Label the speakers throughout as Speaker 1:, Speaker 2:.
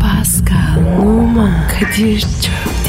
Speaker 1: Pascal, Oman, Kadir çok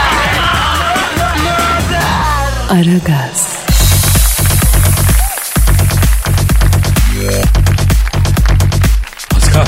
Speaker 1: Aragaz,
Speaker 2: Pascal.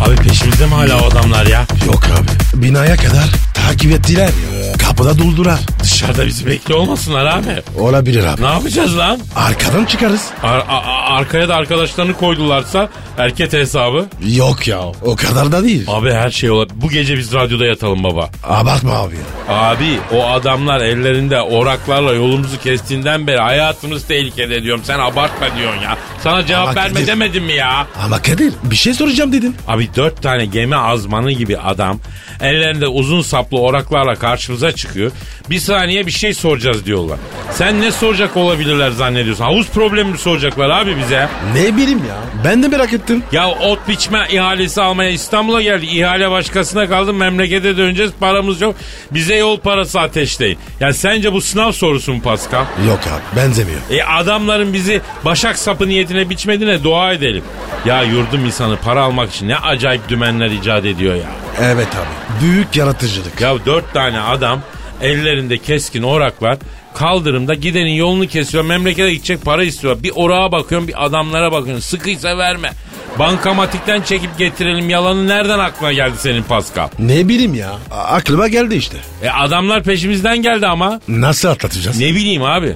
Speaker 2: Abi peşimizde mi hala o adamlar ya?
Speaker 3: Yok abi. Binaya kadar takip ettiler ya. Kapıda duldular.
Speaker 2: Dışarıda bizi bekliyor olmasınlar abi.
Speaker 3: Olabilir abi.
Speaker 2: Ne yapacağız lan?
Speaker 3: Arkadan çıkarız.
Speaker 2: Ar- a- a- arkaya da arkadaşlarını koydularsa erkek hesabı.
Speaker 3: Yok ya. O kadar da değil.
Speaker 2: Abi her şey olabilir. Bu gece biz radyoda yatalım baba.
Speaker 3: Abartma abi ya.
Speaker 2: Abi o adamlar ellerinde oraklarla yolumuzu kestiğinden beri hayatımız tehlikede diyorum. Sen abartma diyorsun ya. Sana cevap
Speaker 3: Ama
Speaker 2: verme
Speaker 3: Kadir-
Speaker 2: demedim mi ya?
Speaker 3: Ama Kadir bir şey soracağım dedin.
Speaker 2: Abi dört tane gemi azmanı gibi adam ellerinde uzun saplı oraklarla karşımıza çıkıyor. Bir saniye bir şey soracağız diyorlar. Sen ne soracak olabilirler zannediyorsun? Havuz problemi mi soracaklar abi bize?
Speaker 3: Ne bileyim ya. Ben de merak ettim.
Speaker 2: Ya ot biçme ihalesi almaya İstanbul'a geldi. İhale başkasına kaldı. Memlekete döneceğiz. Paramız yok. Bize yol parası ateşleyin. Ya sence bu sınav sorusu mu Pascal?
Speaker 3: Yok abi benzemiyor.
Speaker 2: E adamların bizi başak sapı niyetine biçmediğine dua edelim. Ya yurdum insanı para almak için ne acayip dümenler icat ediyor ya.
Speaker 3: Evet abi. Büyük yaratıcılık.
Speaker 2: Ya dört tane adam ellerinde keskin oraklar kaldırımda gidenin yolunu kesiyor. Memlekete gidecek para istiyor. Bir orağa bakıyorsun bir adamlara bakıyorsun. Sıkıysa verme. Bankamatikten çekip getirelim yalanı nereden aklına geldi senin Pascal?
Speaker 3: Ne bileyim ya. A- aklıma geldi işte.
Speaker 2: E adamlar peşimizden geldi ama.
Speaker 3: Nasıl atlatacağız?
Speaker 2: Ne bileyim abi.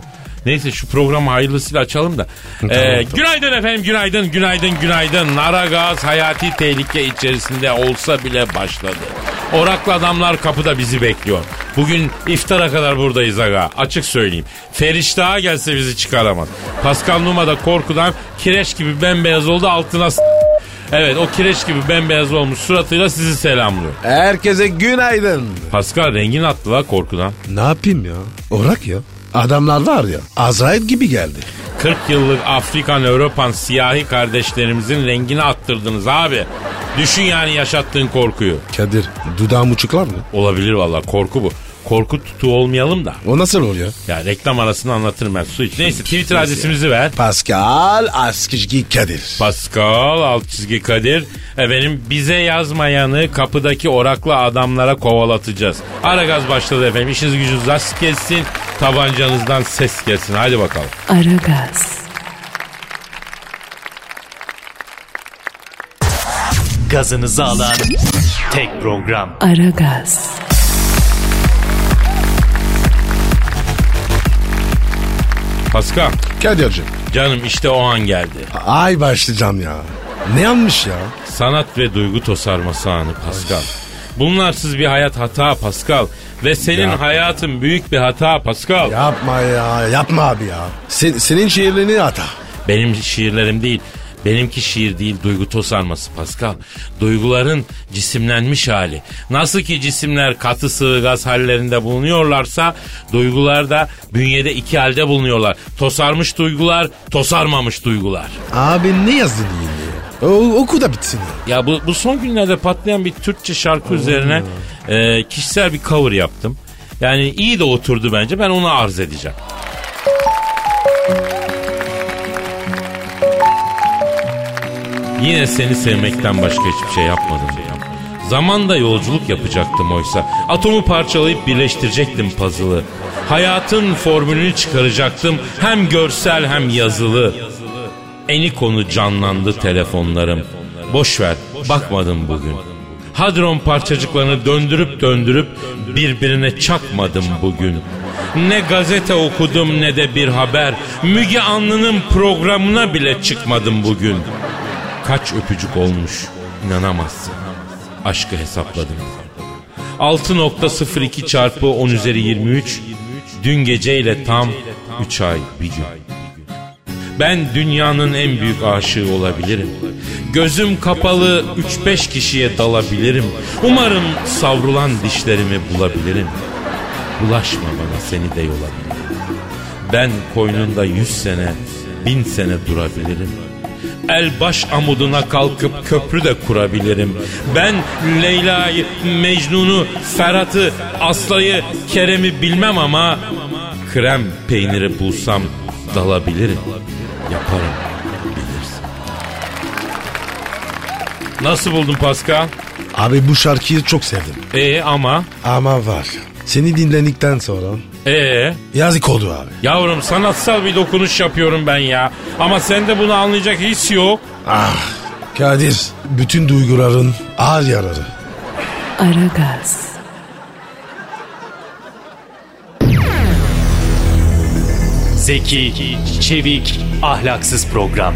Speaker 2: Neyse şu programı hayırlısıyla açalım da. Ee, günaydın efendim, günaydın, günaydın, günaydın. Nara gaz hayati tehlike içerisinde olsa bile başladı. Oraklı adamlar kapıda bizi bekliyor. Bugün iftara kadar buradayız aga. Açık söyleyeyim. Feriş daha gelse bizi çıkaramaz. Pascal Numa da korkudan kireç gibi bembeyaz oldu altına s- Evet o kireç gibi bembeyaz olmuş suratıyla sizi selamlıyor.
Speaker 3: Herkese günaydın.
Speaker 2: Pascal rengin attı la korkudan.
Speaker 3: Ne yapayım ya? Orak ya. Adamlar var ya. Azrail gibi geldi.
Speaker 2: 40 yıllık Afrikan, Avrupan siyahi kardeşlerimizin rengini attırdınız abi. Düşün yani yaşattığın korkuyu.
Speaker 3: Kadir dudağım uçuklar mı?
Speaker 2: Olabilir valla korku bu. Korku tutuğu olmayalım da.
Speaker 3: O nasıl oluyor?
Speaker 2: Ya reklam arasını anlatırım ben su iç. Neyse Twitter adresimizi ver.
Speaker 3: Pascal Askışgi Kadir.
Speaker 2: Pascal alt çizgi Kadir. Efendim bize yazmayanı kapıdaki oraklı adamlara kovalatacağız. Ara gaz başladı efendim. İşiniz gücünüz rast gelsin. Tabancanızdan ses gelsin. Hadi bakalım.
Speaker 1: Aragaz,
Speaker 4: gazınızı alan tek program.
Speaker 1: Aragaz,
Speaker 2: Pascal
Speaker 3: Kadir'cim.
Speaker 2: canım işte o an geldi.
Speaker 3: Ay başlayacağım ya. Ne yanmış ya?
Speaker 2: Sanat ve duygu tosarması anı Pascal. Bunlarsız bir hayat hata Pascal. Ve senin
Speaker 3: Yapma.
Speaker 2: hayatın büyük bir hata Pascal.
Speaker 3: Yapma ya. Yapma abi ya. Sen- senin şiirlerini ata.
Speaker 2: Benim şiirlerim değil. Benimki şiir değil duygu tosarması Pascal. Duyguların cisimlenmiş hali. Nasıl ki cisimler katı sıvı gaz hallerinde bulunuyorlarsa duygular da bünyede iki halde bulunuyorlar. Tosarmış duygular, tosarmamış duygular.
Speaker 3: Abi ne yazdın yine? O, oku da bitsin ya.
Speaker 2: Ya bu, bu son günlerde patlayan bir Türkçe şarkı üzerine e, kişisel bir cover yaptım. Yani iyi de oturdu bence. Ben onu arz edeceğim. Yine seni sevmekten başka hiçbir şey yapmadım. Zamanda yolculuk yapacaktım oysa. Atomu parçalayıp birleştirecektim puzzle'ı. Hayatın formülünü çıkaracaktım. Hem görsel hem yazılı. Eni konu canlandı telefonlarım. Boş ver, bakmadım bugün. Hadron parçacıklarını döndürüp döndürüp birbirine çakmadım bugün. Ne gazete okudum ne de bir haber. Müge Anlı'nın programına bile çıkmadım bugün. Kaç öpücük olmuş inanamazsın. Aşkı hesapladım. 6.02 çarpı 10 üzeri 23 dün geceyle tam 3 ay bir gün. Ben dünyanın en büyük aşığı olabilirim. Gözüm kapalı 3-5 kişiye dalabilirim. Umarım savrulan dişlerimi bulabilirim. Bulaşma bana seni de yolabilirim. Ben koynunda 100 sene, bin sene durabilirim. El baş amuduna kalkıp köprü de kurabilirim. Ben Leyla'yı, Mecnun'u, Ferhat'ı, Aslı'yı, Kerem'i bilmem ama krem peyniri bulsam dalabilirim. Yaparım. Bilirsin. Nasıl buldun Pascal?
Speaker 3: Abi bu şarkıyı çok sevdim.
Speaker 2: Ee ama
Speaker 3: Ama var. Seni dinledikten sonra
Speaker 2: ee
Speaker 3: yazık oldu abi.
Speaker 2: yavrum sanatsal bir dokunuş yapıyorum ben ya. Ama sende bunu anlayacak his yok.
Speaker 3: Kadir bütün duyguların ağır yararı.
Speaker 1: Aragaz,
Speaker 4: Zeki, çevik, ahlaksız program.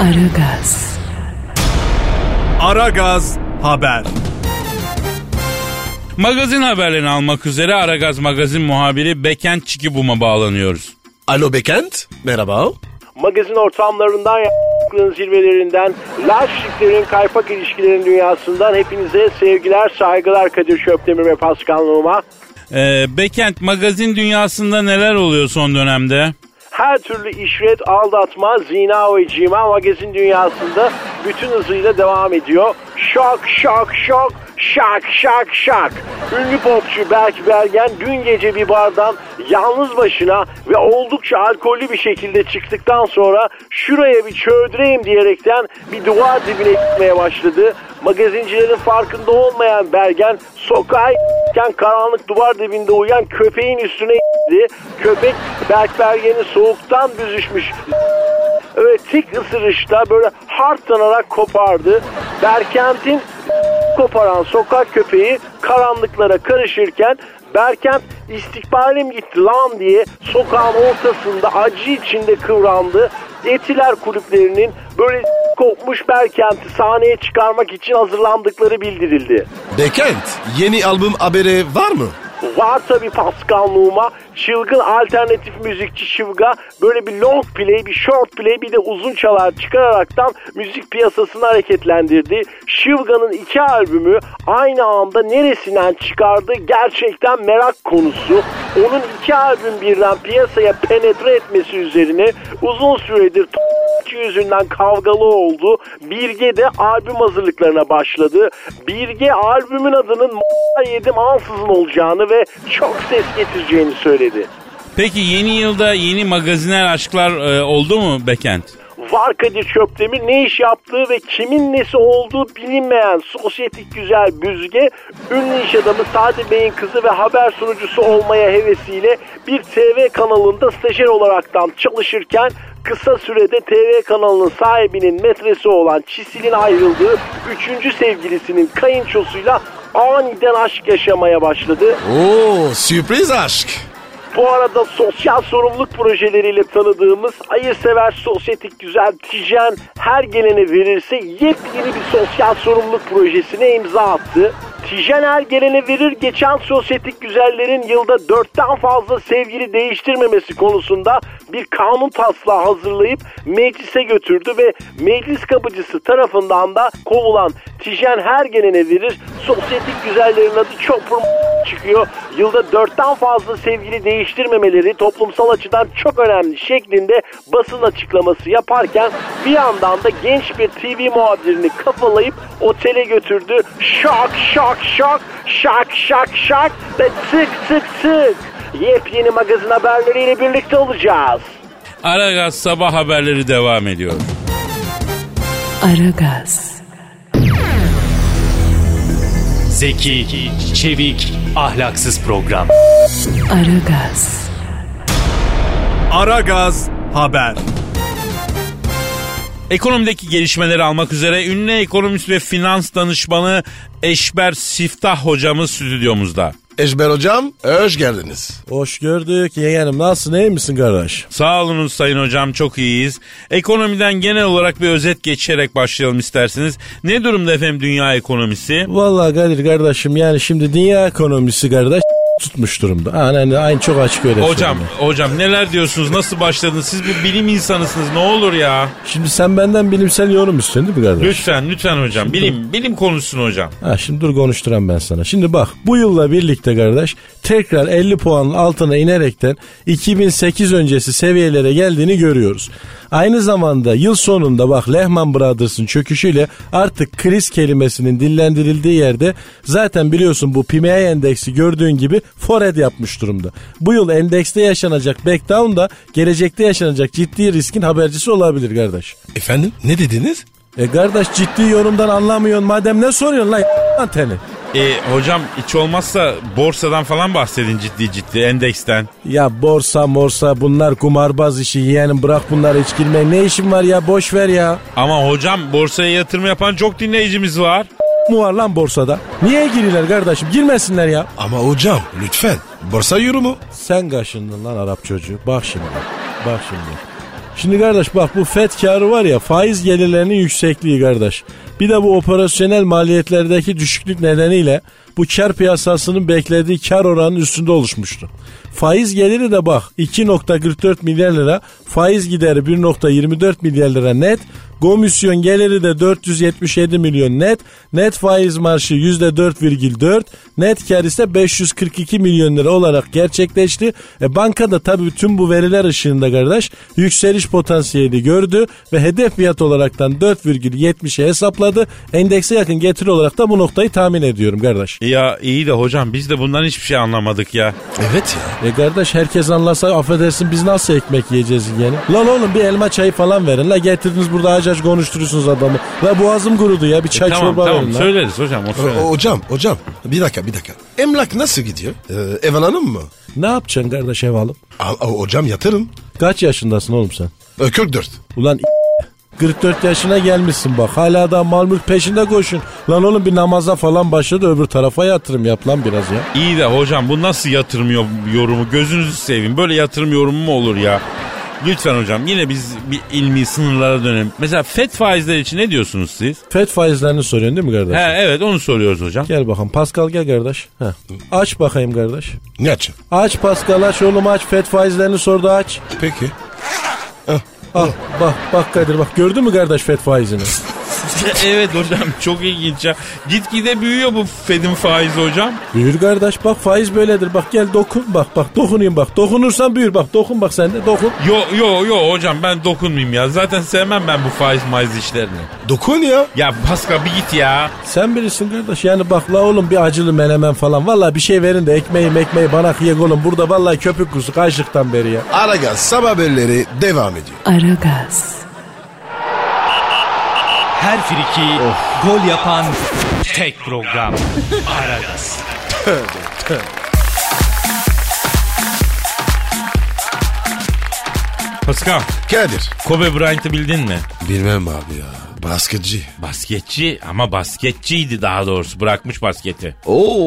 Speaker 1: Aragaz,
Speaker 5: Aragaz Haber.
Speaker 2: Magazin haberlerini almak üzere Aragaz Magazin muhabiri Beken Çikibum'a bağlanıyoruz.
Speaker 6: Alo Bekent. Merhaba.
Speaker 7: magazin ortamlarından y***lığın zirvelerinden, laç çiftlerin kaypak ilişkilerin dünyasından hepinize sevgiler, saygılar Kadir Şöpdemir ve Pascal Numa.
Speaker 2: Ee, Bekent magazin dünyasında neler oluyor son dönemde?
Speaker 7: Her türlü işret, aldatma, zina ve cima magazin dünyasında bütün hızıyla devam ediyor. Şok, şok, şok, şak, şak, şak. Ünlü popçu Berk Bergen dün gece bir bardan yalnız başına ve oldukça alkollü bir şekilde çıktıktan sonra şuraya bir çöldüreyim diyerekten bir duvar dibine gitmeye başladı. Magazincilerin farkında olmayan Bergen sokağa y**ken karanlık duvar dibinde uyuyan köpeğin üstüne y**di. Köpek Berk Bergen'i soğuktan büzüşmüş öyle tik ısırışta böyle hartlanarak kopardı. Berkent'in koparan sokak köpeği karanlıklara karışırken Berkent istikbalim gitti lan diye sokağın ortasında acı içinde kıvrandı. Etiler kulüplerinin böyle kopmuş Berkent'i sahneye çıkarmak için hazırlandıkları bildirildi.
Speaker 6: Bekent. Yeni albüm haberi var mı?
Speaker 7: Var tabi Pascal Numa. Çılgın alternatif müzikçi Şıvga böyle bir long play, bir short play, bir de uzun çalar çıkararaktan müzik piyasasını hareketlendirdi. Şıvga'nın iki albümü aynı anda neresinden çıkardı gerçekten merak konusu. Onun iki albüm birden piyasaya penetre etmesi üzerine uzun süredir t- yüzünden kavgalı oldu. Birge de albüm hazırlıklarına başladı. Birge albümün adının m- yedim ansızın olacağını ve çok ses getireceğini söyledi.
Speaker 2: Peki yeni yılda yeni magaziner aşklar e, oldu mu Bekent?
Speaker 7: Var Kadir Çöptemir ne iş yaptığı ve kimin nesi olduğu bilinmeyen sosyetik güzel büzge ünlü iş adamı Sade Bey'in kızı ve haber sunucusu olmaya hevesiyle bir TV kanalında stajyer olaraktan çalışırken kısa sürede TV kanalının sahibinin metresi olan Çisil'in ayrıldığı 3. sevgilisinin kayınçosuyla aniden aşk yaşamaya başladı.
Speaker 6: Oo sürpriz aşk.
Speaker 7: Bu arada sosyal sorumluluk projeleriyle tanıdığımız hayırsever sosyetik güzel Tijen her gelene verirse yepyeni bir sosyal sorumluluk projesine imza attı. Tijen her gelene verir geçen sosyetik güzellerin yılda dörtten fazla sevgili değiştirmemesi konusunda bir kanun taslağı hazırlayıp meclise götürdü ve meclis kapıcısı tarafından da kovulan Tijen her gelene verir sosyetik güzellerin adı Chopper çıkıyor. Yılda dörtten fazla sevgili değiştirmemeleri toplumsal açıdan çok önemli şeklinde basın açıklaması yaparken bir yandan da genç bir TV muhabirini kafalayıp otele götürdü. Şak şak şak şak şak şak ve tık tık tık yepyeni magazin haberleriyle birlikte olacağız.
Speaker 2: Aragaz sabah haberleri devam ediyor.
Speaker 1: Aragaz,
Speaker 4: Zeki, çevik, ahlaksız program.
Speaker 1: Aragaz,
Speaker 5: Aragaz Haber.
Speaker 2: Ekonomideki gelişmeleri almak üzere ünlü ekonomist ve finans danışmanı Eşber Siftah hocamız stüdyomuzda.
Speaker 6: Eşber hocam hoş geldiniz.
Speaker 8: Hoş gördük yeğenim. Nasılsın iyi misin kardeş?
Speaker 2: Sağ olunuz sayın hocam çok iyiyiz. Ekonomiden genel olarak bir özet geçerek başlayalım isterseniz. Ne durumda efendim dünya ekonomisi?
Speaker 8: Vallahi Kadir kardeşim yani şimdi dünya ekonomisi kardeş tutmuş durumda. Aynen aynı çok açık öyle
Speaker 2: Hocam,
Speaker 8: söylüyorum.
Speaker 2: hocam neler diyorsunuz? Nasıl başladınız? Siz bir bilim insanısınız. Ne olur ya.
Speaker 8: Şimdi sen benden bilimsel yorum istiyorsun değil mi kardeş?
Speaker 2: Lütfen, lütfen hocam. Bilim, bilim konuşsun hocam.
Speaker 8: Ha, şimdi dur konuşturan ben sana. Şimdi bak bu yılla birlikte kardeş tekrar 50 puanın altına inerekten 2008 öncesi seviyelere geldiğini görüyoruz. Aynı zamanda yıl sonunda bak Lehman Brothers'ın çöküşüyle artık kriz kelimesinin dillendirildiği yerde zaten biliyorsun bu PMI endeksi gördüğün gibi forehead yapmış durumda. Bu yıl endekste yaşanacak backdown da gelecekte yaşanacak ciddi riskin habercisi olabilir kardeş.
Speaker 6: Efendim ne dediniz?
Speaker 8: E kardeş ciddi yorumdan anlamıyorsun madem ne soruyorsun lan anteni.
Speaker 2: E, hocam hiç olmazsa borsadan falan bahsedin ciddi ciddi endeksten.
Speaker 8: Ya borsa morsa bunlar kumarbaz işi yeğenim bırak bunları hiç girme. Ne işin var ya boş ver ya.
Speaker 2: Ama hocam borsaya yatırım yapan çok dinleyicimiz var.
Speaker 8: Mu var lan borsada? Niye giriyorlar kardeşim girmesinler ya.
Speaker 6: Ama hocam lütfen borsa yorumu.
Speaker 8: Sen kaşındın lan Arap çocuğu. Bak şimdi. Bak şimdi. Şimdi kardeş bak bu FED karı var ya faiz gelirlerinin yüksekliği kardeş. Bir de bu operasyonel maliyetlerdeki düşüklük nedeniyle bu kar piyasasının beklediği kar oranının üstünde oluşmuştu. Faiz geliri de bak 2.44 milyar lira, faiz gideri 1.24 milyar lira net, komisyon geliri de 477 milyon net, net faiz marşı %4,4, net kar ise 542 milyon lira olarak gerçekleşti. E bankada tabii tüm bu veriler ışığında kardeş yükseliş potansiyeli gördü ve hedef fiyat olaraktan 4,70'e hesapladı. Endekse yakın getiri olarak da bu noktayı tahmin ediyorum kardeş.
Speaker 2: Ya iyi de hocam biz de bundan hiçbir şey anlamadık ya.
Speaker 6: Evet ya.
Speaker 8: E kardeş herkes anlasa affedersin biz nasıl ekmek yiyeceğiz yani? Lan oğlum bir elma çayı falan verin la getirdiniz burada aç aç konuşturuyorsunuz adamı. La boğazım kurudu ya bir çay
Speaker 2: E, tamam
Speaker 8: çorba
Speaker 2: tamam
Speaker 8: verin la.
Speaker 2: söyleriz hocam o
Speaker 6: O-
Speaker 2: söyler.
Speaker 6: o- hocam hocam bir dakika bir dakika. Emlak nasıl gidiyor? Ee, ev alalım mı?
Speaker 8: Ne yapacaksın kardeş ev alıp?
Speaker 6: A- a- hocam yatırım.
Speaker 8: Kaç yaşındasın oğlum sen?
Speaker 6: Ee, 44.
Speaker 8: Ulan 44 yaşına gelmişsin bak. Hala da mal mülk peşinde koşun. Lan oğlum bir namaza falan başladı öbür tarafa yatırım yap lan biraz ya.
Speaker 2: İyi de hocam bu nasıl yatırım yo- yorumu gözünüzü seveyim. Böyle yatırım yorumu mu olur ya? Lütfen hocam yine biz bir ilmi sınırlara dönelim. Mesela FED faizleri için ne diyorsunuz siz?
Speaker 8: FED faizlerini soruyorsun değil mi kardeş?
Speaker 2: He evet onu soruyoruz hocam.
Speaker 8: Gel bakalım Pascal gel kardeş. Heh. Aç bakayım kardeş.
Speaker 6: Ne açayım?
Speaker 8: Aç Pascal aç oğlum aç. FED faizlerini sordu aç.
Speaker 6: Peki.
Speaker 8: Al bak bak Kadir bak gördün mü kardeş FED faizini?
Speaker 2: evet hocam çok ilginç ya. Gitgide büyüyor bu FED'in faizi hocam.
Speaker 8: Büyür kardeş bak faiz böyledir bak gel dokun bak bak dokunayım bak. Dokunursan büyür bak dokun bak sen de dokun.
Speaker 2: Yo yo yo hocam ben dokunmayayım ya. Zaten sevmem ben bu faiz maiz işlerini.
Speaker 6: Dokun ya.
Speaker 2: Ya Pascal bir git ya.
Speaker 8: Sen bilirsin kardeş yani bak la oğlum bir acılı menemen falan. Valla bir şey verin de ekmeği mekmeği bana kıyak oğlum. Burada vallahi köpük kuzu kaçlıktan beri ya.
Speaker 6: Aragaz sabah haberleri devam ediyor.
Speaker 1: Aragaz,
Speaker 4: Her friki gol yapan tek program. Aragaz.
Speaker 2: Pascal
Speaker 6: Kadir.
Speaker 2: Kobe Bryant'ı bildin mi?
Speaker 6: Bilmem abi ya. Baskıcı.
Speaker 2: Basketçi ama basketçiydi daha doğrusu bırakmış basketi.
Speaker 6: Oo,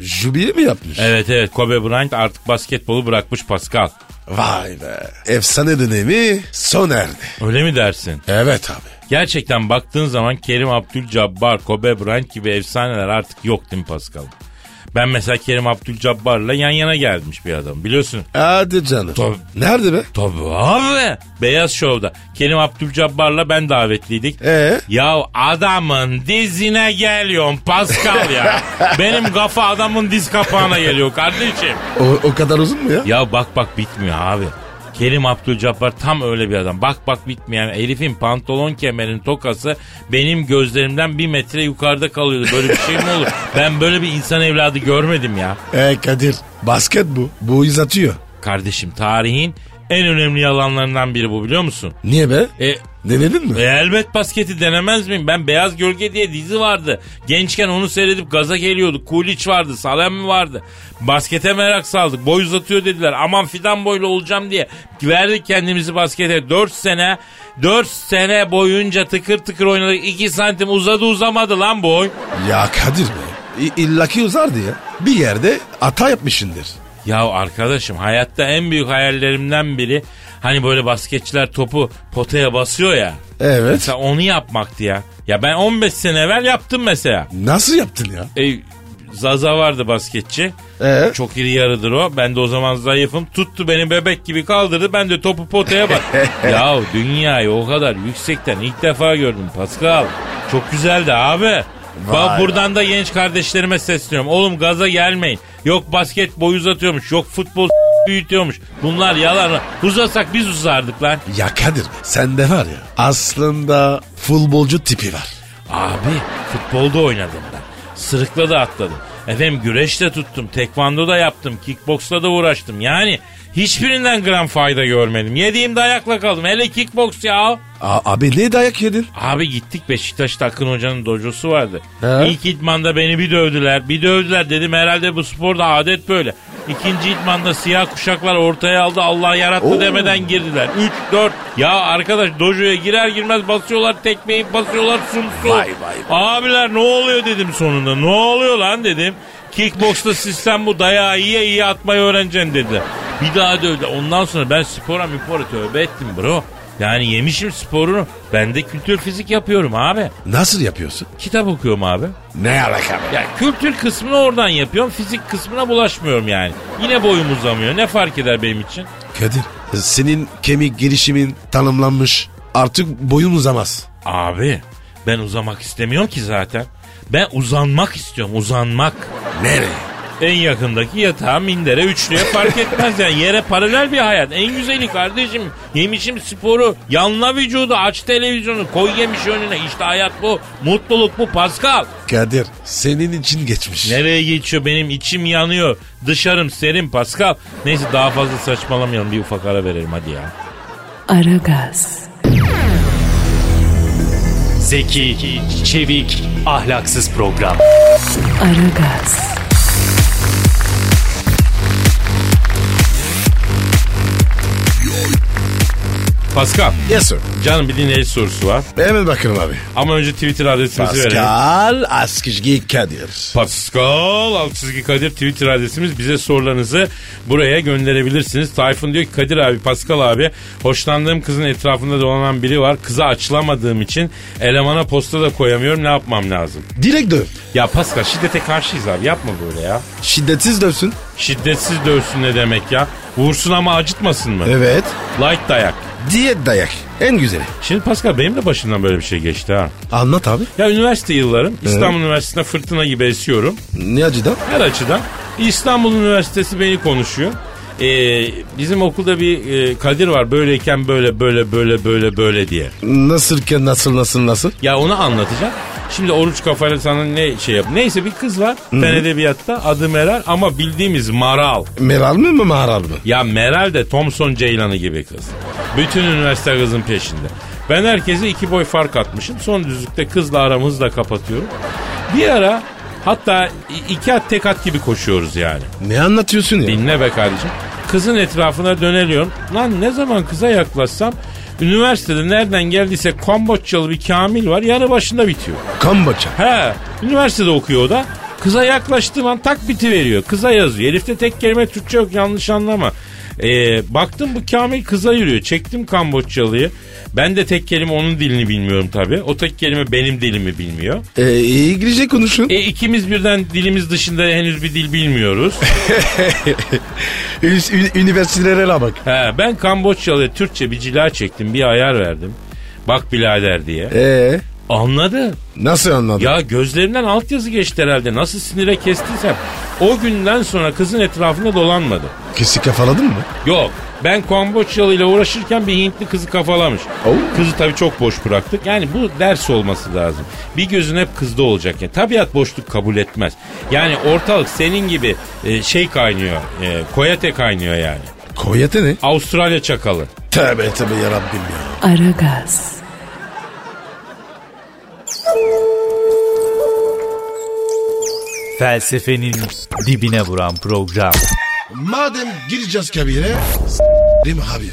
Speaker 6: jubile mi yapmış?
Speaker 2: Evet evet Kobe Bryant artık basketbolu bırakmış Pascal.
Speaker 6: Vay be. Efsane dönemi son erdi.
Speaker 2: Öyle mi dersin?
Speaker 6: Evet abi.
Speaker 2: Gerçekten baktığın zaman Kerim Abdülcabbar, Kobe Bryant gibi efsaneler artık yok değil mi Pascal? Ben mesela Kerim Abdülcabbar'la yan yana gelmiş bir adam biliyorsun.
Speaker 6: Hadi canım.
Speaker 2: Tabii.
Speaker 6: Nerede be?
Speaker 2: Tabii abi. Beyaz Şov'da Kerim Abdülcabbar'la ben davetliydik.
Speaker 6: Ee?
Speaker 2: Ya adamın dizine geliyorsun Pascal ya. Benim kafa adamın diz kapağına geliyor kardeşim.
Speaker 6: O, o kadar uzun mu ya?
Speaker 2: Ya bak bak bitmiyor abi. Kerim Abdülcabbar tam öyle bir adam. Bak bak bitmeyen herifin pantolon kemerinin tokası benim gözlerimden bir metre yukarıda kalıyordu. Böyle bir şey mi olur? Ben böyle bir insan evladı görmedim ya.
Speaker 6: Ee Kadir. Basket bu. Bu iz atıyor.
Speaker 2: Kardeşim tarihin en önemli yalanlarından biri bu biliyor musun?
Speaker 6: Niye be?
Speaker 2: E,
Speaker 6: Denedin mi?
Speaker 2: E, elbet basketi denemez miyim? Ben Beyaz Gölge diye dizi vardı. Gençken onu seyredip gaza geliyorduk. Kuliç vardı, Salem vardı. Baskete merak saldık. Boy uzatıyor dediler. Aman fidan boylu olacağım diye. Verdik kendimizi baskete. 4 sene, 4 sene boyunca tıkır tıkır oynadık. 2 santim uzadı uzamadı lan boy.
Speaker 6: Ya Kadir be. İ- illaki uzardı ya. Bir yerde hata yapmışındır.
Speaker 2: Ya arkadaşım hayatta en büyük hayallerimden biri hani böyle basketçiler topu potaya basıyor ya.
Speaker 6: Evet.
Speaker 2: Mesela onu yapmaktı ya. Ya ben 15 sene evvel yaptım mesela.
Speaker 6: Nasıl yaptın ya?
Speaker 2: E, Zaza vardı basketçi.
Speaker 6: Ee?
Speaker 2: Çok iri yarıdır o. Ben de o zaman zayıfım. Tuttu beni bebek gibi kaldırdı. Ben de topu potaya bak. ya dünyayı o kadar yüksekten ilk defa gördüm Pascal. Çok güzeldi abi. Bak
Speaker 6: Vay
Speaker 2: buradan da genç kardeşlerime sesleniyorum. Oğlum gaza gelmeyin. Yok basket boy uzatıyormuş. Yok futbol büyütüyormuş. Bunlar yalan. Uzasak biz uzardık lan.
Speaker 6: Ya Kadir sende var ya aslında futbolcu tipi var.
Speaker 2: Abi futbolda oynadım ben. Sırıkla da atladım. Efendim güreşte tuttum, tekvando da yaptım, kickboksla da uğraştım. Yani hiçbirinden gram fayda görmedim. Yediğim dayakla kaldım. Hele kickboks ya.
Speaker 6: A- abi ne dayak yedin?
Speaker 2: Abi gittik Beşiktaş'ta Akın Hoca'nın dojosu vardı.
Speaker 6: He.
Speaker 2: İlk idmanda beni bir dövdüler. Bir dövdüler dedim herhalde bu sporda adet böyle. İkinci idmanda siyah kuşaklar ortaya aldı Allah yarattı demeden girdiler. 3 4 ya arkadaş dojoya girer girmez basıyorlar tekmeyi basıyorlar sumsu.
Speaker 6: Vay, vay, vay.
Speaker 2: Abiler ne oluyor dedim sonunda. Ne oluyor lan dedim. Kickboksta sistem bu dayağı iyi iyi atmayı öğreneceksin dedi. Bir daha dövdü. Ondan sonra ben spora mipora tövbe ettim bro. Yani yemişim sporunu. Ben de kültür fizik yapıyorum abi.
Speaker 6: Nasıl yapıyorsun?
Speaker 2: Kitap okuyorum abi.
Speaker 6: Ne alaka be?
Speaker 2: Ya kültür kısmını oradan yapıyorum. Fizik kısmına bulaşmıyorum yani. Yine boyum uzamıyor. Ne fark eder benim için?
Speaker 6: Kadir senin kemik girişimin tanımlanmış. Artık boyun uzamaz.
Speaker 2: Abi ben uzamak istemiyorum ki zaten. Ben uzanmak istiyorum uzanmak.
Speaker 6: Nereye?
Speaker 2: En yakındaki yatağa, mindere, üçlüye fark etmez yani. Yere paralel bir hayat. En güzeli kardeşim. Yemişim sporu, yanla vücudu, aç televizyonu, koy yemiş önüne. İşte hayat bu, mutluluk bu Pascal.
Speaker 6: Kadir senin için geçmiş.
Speaker 2: Nereye geçiyor benim içim yanıyor. Dışarım serin Pascal. Neyse daha fazla saçmalamayalım bir ufak ara verelim hadi ya.
Speaker 1: Aragaz,
Speaker 4: Zeki, çevik, ahlaksız program.
Speaker 1: Aragaz,
Speaker 2: Pascal
Speaker 6: Yes sir.
Speaker 2: canım bir dinleyici sorusu var.
Speaker 6: Hemen bakalım abi.
Speaker 2: Ama önce Twitter adresimizi verelim.
Speaker 6: Pascal Askizgi Kadir.
Speaker 2: Pascal Altçizgi Kadir Twitter adresimiz. Bize sorularınızı buraya gönderebilirsiniz. Tayfun diyor ki Kadir abi Pascal abi hoşlandığım kızın etrafında dolanan biri var. Kıza açılamadığım için elemana posta da koyamıyorum. Ne yapmam lazım?
Speaker 6: Direkt döv.
Speaker 2: Ya Pascal şiddete karşıyız abi. Yapma böyle ya.
Speaker 6: Şiddetsiz dövsün.
Speaker 2: Şiddetsiz dövsün ne demek ya? Vursun ama acıtmasın mı?
Speaker 6: Evet.
Speaker 2: Light dayak.
Speaker 6: Diyet dayak. En güzeli.
Speaker 2: Şimdi Pascal benim de başımdan böyle bir şey geçti ha.
Speaker 6: Anlat abi.
Speaker 2: Ya üniversite yıllarım İstanbul Üniversitesi'nde fırtına gibi esiyorum.
Speaker 6: Ne acıdan?
Speaker 2: Her açıdan. İstanbul Üniversitesi beni konuşuyor. Ee, bizim okulda bir e, Kadir var böyleyken böyle böyle böyle böyle böyle diye.
Speaker 6: Nasıl ki nasıl nasıl nasıl?
Speaker 2: Ya onu anlatacağım. Şimdi oruç kafayla sana ne şey yap. Neyse bir kız var. Ben edebiyatta adı Meral ama bildiğimiz Maral.
Speaker 6: Meral mi mi Maral mı?
Speaker 2: Ya Meral de Thompson Ceylan'ı gibi kız. Bütün üniversite kızın peşinde. Ben herkese iki boy fark atmışım. Son düzlükte kızla aramızı da kapatıyorum. Bir ara hatta i- iki at tek at gibi koşuyoruz yani.
Speaker 6: Ne anlatıyorsun ya?
Speaker 2: Dinle be kardeşim. Kızın etrafına döneliyorum. Lan ne zaman kıza yaklaşsam üniversitede nereden geldiyse Kamboçyalı bir Kamil var. Yanı başında bitiyor.
Speaker 6: Kamboçya.
Speaker 2: He, üniversitede okuyor o da. Kıza yaklaştığım an tak biti veriyor. Kıza yazıyor. Herifte tek kelime Türkçe yok yanlış anlama. Ee, baktım bu Kamil kıza yürüyor. Çektim Kamboçyalıyı. Ben de tek kelime onun dilini bilmiyorum tabii. O tek kelime benim dilimi bilmiyor.
Speaker 6: Ee, İngilizce konuşun.
Speaker 2: E, ikimiz birden dilimiz dışında henüz bir dil bilmiyoruz.
Speaker 6: Ü- ü- Üniversitelere la bak.
Speaker 2: He, ben Kamboçyalı'ya Türkçe bir cila çektim. Bir ayar verdim. Bak birader diye.
Speaker 6: Ee,
Speaker 2: Anladı.
Speaker 6: nasıl anladın?
Speaker 2: Ya gözlerinden altyazı geçti herhalde. Nasıl sinire kestiysem. O günden sonra kızın etrafında dolanmadı.
Speaker 6: Kesik kafaladın mı?
Speaker 2: Yok. Ben Kamboçyalı ile uğraşırken bir Hintli kızı kafalamış.
Speaker 6: Oo.
Speaker 2: Kızı tabii çok boş bıraktık. Yani bu ders olması lazım. Bir gözün hep kızda olacak. Yani tabiat boşluk kabul etmez. Yani ortalık senin gibi e, şey kaynıyor. E, koyate kaynıyor yani.
Speaker 6: Koyete ne?
Speaker 2: Avustralya çakalı.
Speaker 6: Tövbe tövbe yarabbim ya.
Speaker 1: Aragaz,
Speaker 4: Felsefenin dibine vuran program.
Speaker 6: Madem gireceğiz kabire, s**rim abi.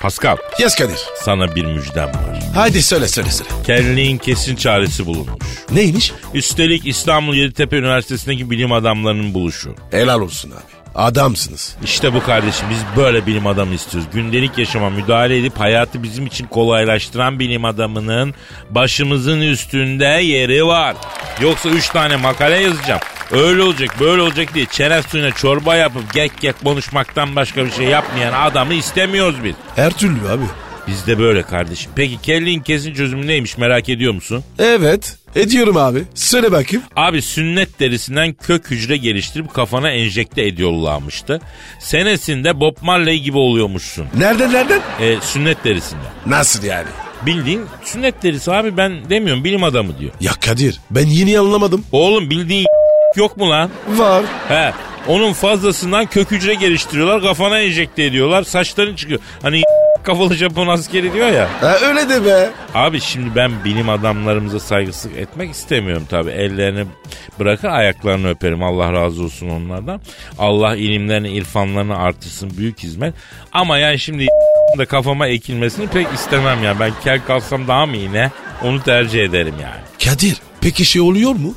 Speaker 2: Pascal
Speaker 6: Yes Kadir.
Speaker 2: sana bir müjdem var.
Speaker 6: Haydi söyle söyle söyle.
Speaker 2: Kelliğin kesin çaresi bulunmuş.
Speaker 6: Neymiş?
Speaker 2: Üstelik İstanbul Yeditepe Üniversitesi'ndeki bilim adamlarının buluşu.
Speaker 6: Helal olsun abi. Adamsınız.
Speaker 2: İşte bu kardeşim biz böyle bilim adamı istiyoruz. Gündelik yaşama müdahale edip hayatı bizim için kolaylaştıran bilim adamının başımızın üstünde yeri var. Yoksa üç tane makale yazacağım. Öyle olacak böyle olacak diye çerez suyuna çorba yapıp gek gek konuşmaktan başka bir şey yapmayan adamı istemiyoruz biz.
Speaker 6: Her türlü abi.
Speaker 2: Bizde böyle kardeşim. Peki kelliğin kesin çözümü neymiş merak ediyor musun?
Speaker 6: Evet. Ediyorum abi. Söyle bakayım.
Speaker 2: Abi sünnet derisinden kök hücre geliştirip kafana enjekte ediyorlarmıştı. Senesinde Bob Marley gibi oluyormuşsun.
Speaker 6: Nereden nereden?
Speaker 2: E, sünnet derisinden.
Speaker 6: Nasıl yani?
Speaker 2: Bildiğin sünnet derisi abi ben demiyorum bilim adamı diyor.
Speaker 6: Ya Kadir ben yeni anlamadım.
Speaker 2: Oğlum bildiğin yok mu lan?
Speaker 6: Var.
Speaker 2: He. Onun fazlasından kök hücre geliştiriyorlar kafana enjekte ediyorlar saçların çıkıyor. Hani kafalı Japon askeri diyor ya.
Speaker 6: Ha, öyle de be.
Speaker 2: Abi şimdi ben bilim adamlarımıza saygısızlık etmek istemiyorum tabi. Ellerini bırakır ayaklarını öperim. Allah razı olsun onlardan. Allah ilimlerini, irfanlarını artırsın. Büyük hizmet. Ama yani şimdi da kafama ekilmesini pek istemem ya. Ben kel kalsam daha mı yine? Onu tercih ederim yani.
Speaker 6: Kadir peki şey oluyor mu?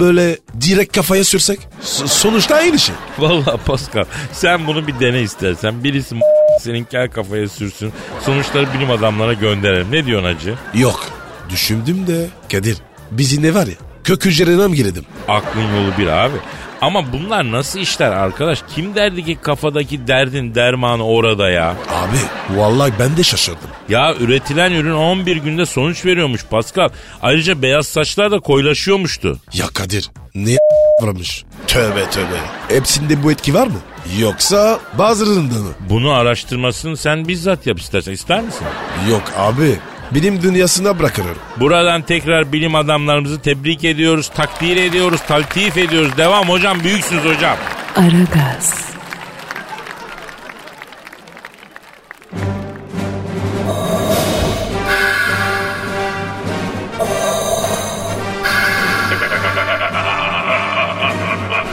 Speaker 6: Böyle direkt kafaya sürsek. S- sonuçta aynı şey.
Speaker 2: Vallahi Pascal sen bunu bir dene istersen. Birisi senin kel kafaya sürsün. Sonuçları bilim adamlara gönderelim. Ne diyorsun hacı?
Speaker 6: Yok. Düşündüm de. Kadir bizi ne var ya? Kök hücreden mi girdim?
Speaker 2: Aklın yolu bir abi. Ama bunlar nasıl işler arkadaş? Kim derdi ki kafadaki derdin dermanı orada ya?
Speaker 6: Abi vallahi ben de şaşırdım.
Speaker 2: Ya üretilen ürün 11 günde sonuç veriyormuş Pascal. Ayrıca beyaz saçlar da koyulaşıyormuştu.
Speaker 6: Ya Kadir ne varmış? Tövbe tövbe. Hepsinde bu etki var mı? Yoksa bazılarında mı?
Speaker 2: Bunu araştırmasını sen bizzat yap istersen. ister misin?
Speaker 6: Yok abi. Bilim dünyasına bırakırım.
Speaker 2: Buradan tekrar bilim adamlarımızı tebrik ediyoruz, takdir ediyoruz, taltif ediyoruz. Devam hocam, büyüksünüz hocam.
Speaker 1: Aragaz.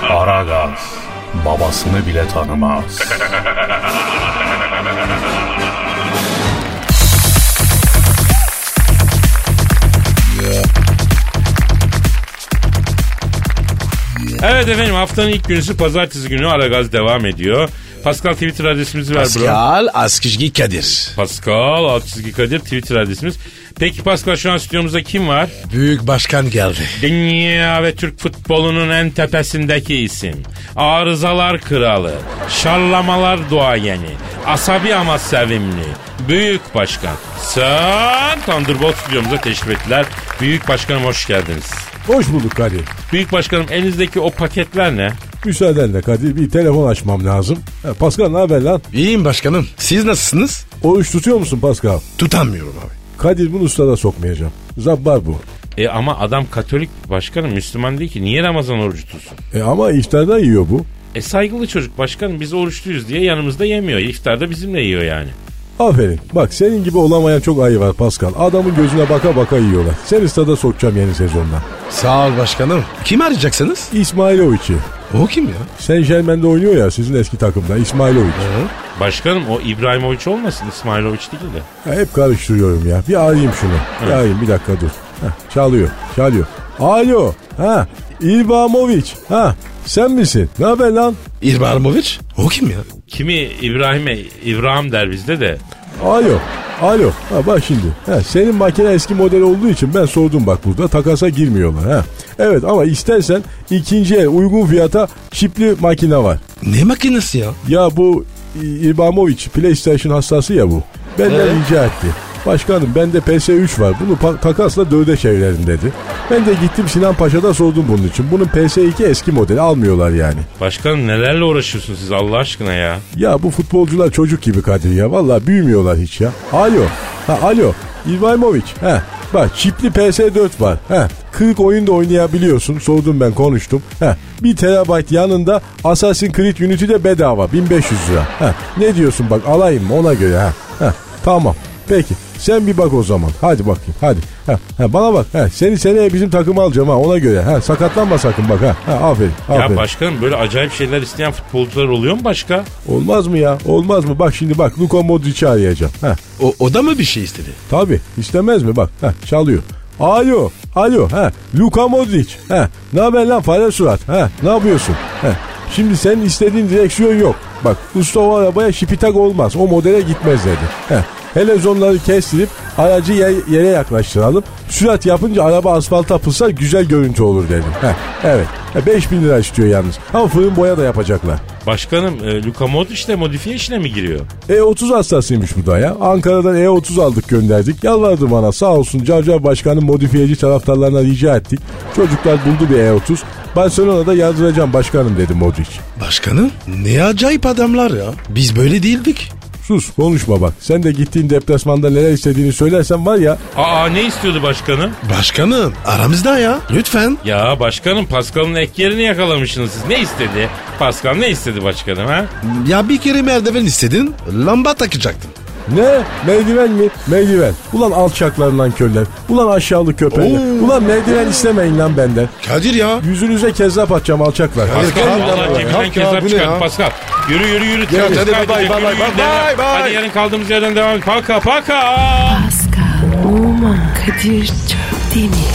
Speaker 9: Aragaz babasını bile tanımaz.
Speaker 2: Evet efendim haftanın ilk günüsü pazartesi günü Aragaz devam ediyor. Pascal Twitter adresimizi ver bro.
Speaker 6: Pascal Askizgi Kadir.
Speaker 2: Pascal Altçizgi Kadir Twitter adresimiz. Peki Pascal şu an stüdyomuzda kim var?
Speaker 6: Büyük başkan geldi.
Speaker 2: Dünya ve Türk futbolunun en tepesindeki isim. Arızalar kralı. Şarlamalar duayeni. Asabi ama sevimli. Büyük Başkan. Sen Thunderbolt stüdyomuza teşrif ettiler. Büyük Başkanım hoş geldiniz.
Speaker 8: Hoş bulduk Kadir.
Speaker 2: Büyük Başkanım elinizdeki o paketler ne?
Speaker 8: Müsaadenle Kadir bir telefon açmam lazım. Ha, Pascal ne haber lan?
Speaker 6: İyiyim başkanım. Siz nasılsınız?
Speaker 8: O iş tutuyor musun Pascal?
Speaker 6: Tutamıyorum abi.
Speaker 8: Kadir bunu ustada sokmayacağım. Zabbar bu.
Speaker 2: E ama adam Katolik başkanım Müslüman değil ki. Niye Ramazan orucu tutsun?
Speaker 8: E ama iftarda yiyor bu.
Speaker 2: E saygılı çocuk başkanım biz oruçluyuz diye yanımızda yemiyor. İftarda bizimle yiyor yani.
Speaker 8: Aferin. Bak senin gibi olamayan çok ayı var Pascal. Adamın gözüne baka baka yiyorlar. Seni stada sokacağım yeni sezonda.
Speaker 6: Sağ ol başkanım. Kim arayacaksınız?
Speaker 8: İsmailovic'i.
Speaker 6: O kim ya?
Speaker 8: Saint Germain'de oynuyor ya sizin eski takımda İsmailovic.
Speaker 2: Başkanım o İbrahimovic olmasın İsmailovic değil de.
Speaker 8: Ya hep karıştırıyorum ya. Bir arayayım şunu. Bir arayayım bir dakika dur. Heh, çalıyor. Çalıyor. Alo. Ha. İbrahimovic. Ha. Sen misin? Ne haber lan?
Speaker 6: İbrahimovic. O kim ya?
Speaker 2: Kimi İbrahim'e İbrahim der bizde de.
Speaker 8: Alo. Alo. Ha bak şimdi. Ha, senin makine eski model olduğu için ben sordum bak burada. Takasa girmiyorlar. Ha. Evet ama istersen ikinci el uygun fiyata çipli makine var.
Speaker 6: Ne makinesi ya?
Speaker 8: Ya bu İ- İbrahimovic PlayStation hastası ya bu. Benden rica etti. Başkanım bende PS3 var. Bunu pa- takasla dövde çevirelim dedi. Ben de gittim Sinan Paşa'da sordum bunun için. Bunun PS2 eski modeli almıyorlar yani.
Speaker 2: Başkanım nelerle uğraşıyorsunuz siz Allah aşkına ya.
Speaker 8: Ya bu futbolcular çocuk gibi Kadir ya. Vallahi büyümüyorlar hiç ya. Alo. Ha alo. İbrahimovic. Ha. Bak çipli PS4 var. Ha. 40 oyunda oynayabiliyorsun. Sordum ben konuştum. Ha. 1 terabayt yanında Assassin's Creed Unity de bedava. 1500 lira. Ha. Ne diyorsun bak alayım mı ona göre ha. Ha. Tamam. Peki. Sen bir bak o zaman. Hadi bakayım. Hadi. Ha, ha, bana bak. Ha, seni seneye bizim takıma alacağım ha ona göre. Ha, sakatlanma sakın bak ha. ha aferin. aferin.
Speaker 2: Ya başkanım böyle acayip şeyler isteyen futbolcular oluyor mu başka?
Speaker 8: Olmaz mı ya? Olmaz mı? Bak şimdi bak Luka Modric'i arayacağım. Heh.
Speaker 6: O, o da mı bir şey istedi?
Speaker 8: Tabii istemez mi? Bak heh, çalıyor. Alo, alo, ha, Luka Modric, ha, ne haber lan fare surat, ha, ne yapıyorsun, ha, Şimdi senin istediğin direksiyon yok. Bak usta o arabaya şipitak olmaz. O modele gitmez dedi. Heh. Helezonları kestirip aracı ye- yere yaklaştıralım. Sürat yapınca araba asfalta pılsa güzel görüntü olur dedi. Heh, evet. Ya 5000 lira istiyor yalnız. Ama fırın boya da yapacaklar.
Speaker 2: Başkanım e, Luka Modric de modifiye işine mi giriyor?
Speaker 8: E30 E hastasıymış bu da ya. Ankara'dan E30 aldık gönderdik. Yalvardı bana sağ olsun Cavcav Başkan'ın modifiyeci taraftarlarına rica ettik. Çocuklar buldu bir E30. Barcelona'da yazdıracağım başkanım dedi Modric.
Speaker 6: Başkanım ne acayip adamlar ya. Biz böyle değildik.
Speaker 8: Sus konuşma bak. Sen de gittiğin deplasmanda neler istediğini söylersen var ya.
Speaker 2: Aa ne istiyordu başkanım?
Speaker 6: Başkanım aramızda ya. Lütfen.
Speaker 2: Ya başkanım Pascal'ın ek yerini yakalamışsınız siz. Ne istedi? Pascal ne istedi başkanım ha?
Speaker 6: Ya bir kere merdiven istedin. Lamba takacaktım.
Speaker 8: Ne? Merdiven mi? Merdiven. Ulan alçaklarından köller. Ulan aşağılık köpekler.
Speaker 6: Oo.
Speaker 8: Ulan merdiven istemeyin lan benden.
Speaker 6: Kadir ya.
Speaker 8: Yüzünüze kezzap atacağım alçaklar.
Speaker 2: Pascal
Speaker 6: Erken
Speaker 2: valla
Speaker 6: lamba.
Speaker 2: cebinden
Speaker 6: Kalk ya,
Speaker 2: kezzap
Speaker 6: bu ne
Speaker 2: çıkar.
Speaker 6: ya?
Speaker 2: Pascal yürü yürü yürü.
Speaker 8: hadi,
Speaker 2: Temiz
Speaker 8: bay
Speaker 2: kardeşim,
Speaker 8: bay,
Speaker 2: yürü, yürü,
Speaker 8: bay bay,
Speaker 2: yürü,
Speaker 8: bay
Speaker 2: yürü.
Speaker 8: bay.
Speaker 2: Hadi yarın kaldığımız yerden devam. Paka paka.
Speaker 1: Pascal, Oman, Kadir çok değil mi?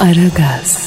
Speaker 1: Aragaz.